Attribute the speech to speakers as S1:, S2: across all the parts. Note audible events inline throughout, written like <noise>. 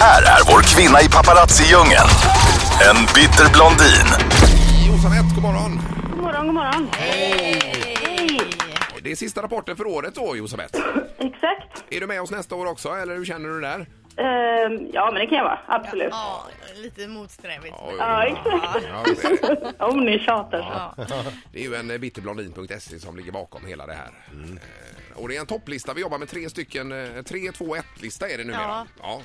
S1: Här är vår kvinna i paparazzi-djungeln. En bitter blondin.
S2: Jossanette, god morgon!
S3: God morgon, god morgon.
S2: Det är sista rapporten för året då, Jossanette.
S3: Exakt.
S2: Är du med oss nästa år också, eller hur känner du där?
S3: Ehm, ja, men det kan jag vara. Absolut. Ja,
S4: Ja, lite motsträvigt.
S3: exakt.
S2: Ja, det är det.
S3: <laughs> Om ni tjatar så.
S2: Det är ju en eh, bitterblondin.se som ligger bakom hela det här.
S5: Mm.
S2: Eh, Och det är en topplista, vi jobbar med tre stycken, eh, tre, två, ett-lista är det numera. Ja.
S4: Ja.
S2: ja.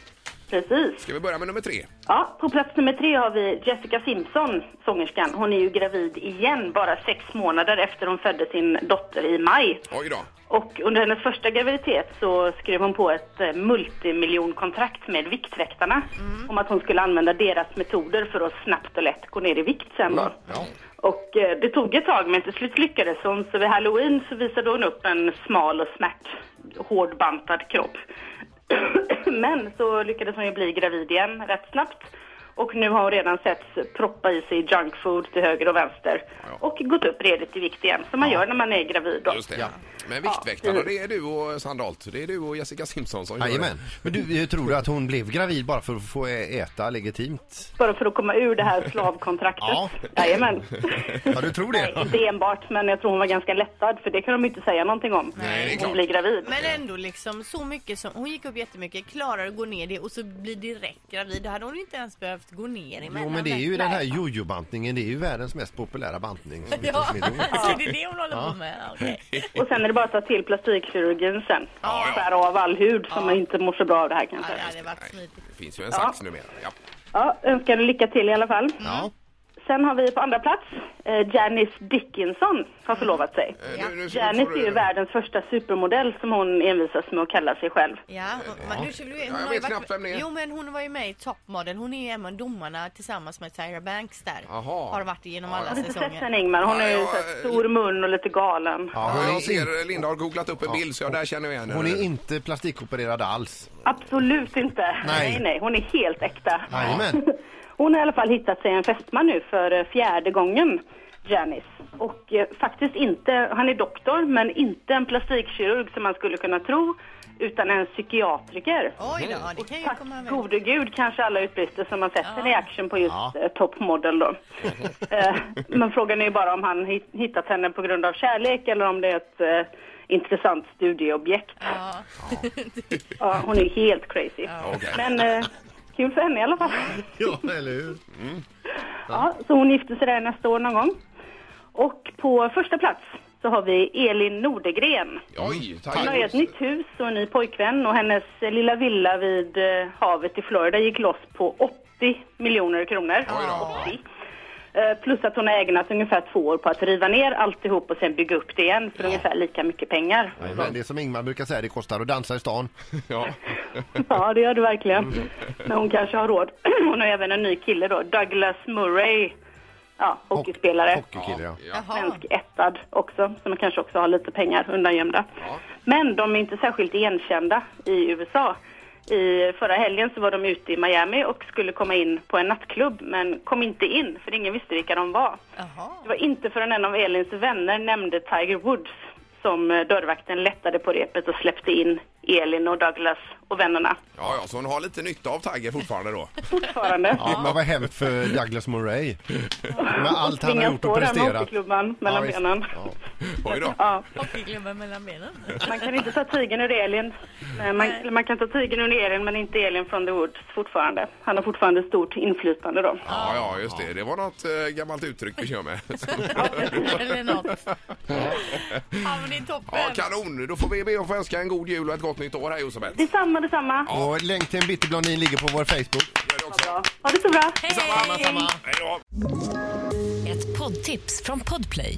S3: Precis.
S2: Ska vi börja med nummer tre?
S3: Ja, på plats nummer tre har vi Jessica Simpson, sångerskan. Hon är ju gravid igen, bara sex månader efter hon födde sin dotter i maj.
S2: Oj då.
S3: Och under hennes första graviditet så skrev hon på ett eh, multimiljonkontrakt med Viktväktarna
S2: Mm.
S3: om att hon skulle använda deras metoder för att snabbt och lätt gå ner i vikt sen då.
S2: Ja.
S3: Och eh, det tog ett tag men till slut lyckades hon så vid halloween så visade hon upp en smal och smärt hårdbantad kropp. <clears throat> men så lyckades hon ju bli gravid igen rätt snabbt. Och nu har hon redan setts proppa i sig junkfood till höger och vänster.
S2: Ja.
S3: Och gått upp redigt i vikt igen, som man gör när man är gravid då.
S2: Just det. Men Viktväktarna, det är du och Sandholt. Det är du och Jessica Simpson som gör det.
S5: Jajamän. Men du, hur tror du att hon blev gravid bara för att få ä- äta legitimt?
S3: Bara för att komma ur
S2: <laughs>
S3: det här slavkontraktet.
S5: Ja.
S3: Jajamän.
S5: <laughs> Ja, du tror
S3: Nej,
S5: det?
S3: inte enbart, men jag tror hon var ganska lättad för det kan de ju inte säga någonting om.
S2: Nej, det är klart.
S3: Hon blir gravid.
S4: Men ändå liksom så mycket som, hon gick upp jättemycket, klarar att gå ner det och så blir direkt gravid. Då hade hon inte ens behövt gå ner emellan.
S5: Jo, men det är ju
S4: Nej.
S5: den här jojo-bantningen. Det är ju världens mest populära bantning. som
S4: Ja,
S5: heter <laughs> Smidoo.
S4: <laughs> så det är det hon håller på med. Ja, okej.
S3: Och sen är det bara att ta till plastikkirurgin sen.
S2: Ja, ja.
S3: Skära av all hud som inte mår så bra av det här
S4: Ja,
S3: kanske.
S4: det hade varit smidigt.
S2: Det finns ju en sax numera. Ja. Eh,
S3: Ja, önskar er lycka till i alla fall.
S5: Ja.
S3: Sen har vi på andra plats eh, Janice Dickinson har förlovat sig.
S2: Eh, Nu, nu,
S3: Janice är ju världens första supermodell som hon envisas med att kalla sig själv.
S4: Ja, och- men nu ska vi- hon
S2: jag
S4: har ju
S2: vet knappt vem det är.
S4: varit, Jo men hon var ju med i Top Model. Hon är ju en av domarna tillsammans med Tyra Banks där.
S2: Jaha.
S4: Har varit genom alla
S3: Har du
S2: <laughs>
S3: inte sett
S4: säsonger.
S3: henne Ingmar? Hon
S2: Ja,
S3: har ju
S2: ja,
S3: så här stor mun och lite galen.
S5: Ja,
S2: Ja,
S5: hon,
S2: jag
S5: är in,
S2: ser Linda har googlat upp en bild så jag där känner jag igen
S5: hon
S2: henne.
S5: är inte plastikopererad alls.
S3: Absolut inte.
S5: Nej.
S3: nej, hon är helt äkta.
S5: Jajamän.
S3: <laughs> Hon har i alla fall hittat sig en fästman nu för eh, fjärde gången, Janice. Och eh, faktiskt inte, han är doktor, men inte en plastikkirurg som man skulle kunna tro, utan en psykiatriker.
S4: Oj då, ja, det kan ju
S3: Tack
S4: komma med.
S3: gode gud kanske alla utbrister som har sett henne i action på just
S5: Ja.
S3: eh, Top Model
S5: <laughs>
S3: då. Eh, men frågan är ju bara om han hit- hittat henne på grund av kärlek eller om det är ett eh, intressant studieobjekt.
S4: Ja.
S3: Ja, hon är ju helt crazy.
S2: Okej.
S3: Men eh, kul för henne i alla fall.
S5: Ja, eller hur?
S3: Ja, så hon gifter sig där nästa år någon gång. Och på första plats så har vi Elin Nordegren.
S2: Oj, tack.
S3: Hon har ju ett nytt hus och en ny pojkvän och hennes eh, lilla villa vid eh, havet i Florida gick loss på 80 miljoner kronor.
S2: då.
S3: 80. Eh, Plus att hon har ägnat ungefär två år på att riva ner alltihop och sen bygga upp det igen för ungefär lika mycket pengar.
S5: Men det är som Ingmar brukar säga, det kostar att dansa i stan.
S2: Ja.
S3: Ja, det gör det verkligen. Men hon kanske har råd. <clears throat> Hon har även en ny kille då, Douglas Murray. Ja, hockeyspelare.
S5: Hockeykille, ja.
S4: Jaha.
S3: svensk ettad också, som kanske också har lite pengar undangömda. Men de är inte särskilt igenkända i USA. I förra helgen så var de ute i Miami och skulle komma in på en nattklubb, men kom inte in för ingen visste vilka de var.
S4: Jaha.
S3: Det var inte förrän en av Elins vänner nämnde Tiger Woods som eh, dörrvakten lättade på repet och släppte in Elin och Douglas och vännerna.
S2: <laughs> Ja, ja, så hon har lite nytta av Tiger fortfarande då.
S3: Fortfarande.
S5: Ja, men vad hemskt för Douglas <laughs> Murray. Med allt han har
S3: Tvingas
S5: gjort
S3: stå
S5: och
S3: där med
S5: presterat.
S3: hockeyklubban mellan
S5: Ja, visst.
S3: benen.
S5: Ja.
S2: Oj då.
S3: Ja.
S4: Hockeyklubban mellan benen.
S3: Man kan inte ta tigern ur Elin. Nej, man, eller man kan ta tigern ur Elin men inte Elin från The Woods fortfarande. Han har fortfarande stort inflytande då.
S2: Ja, ja, just det. Det var något eh, gammalt uttryck vi kör med.
S4: Eller något. Ja, men det är toppen.
S2: Ja, kanon. Då får vi be att få önska en god jul och ett gott nytt år här, Josefet.
S3: Detsamma, detsamma.
S5: Och länk till en bitterblondin ligger på vår Facebook.
S2: Gör det också.
S3: Ja. Ha det så bra.
S2: Hej då.
S6: Ett poddtips från Podplay.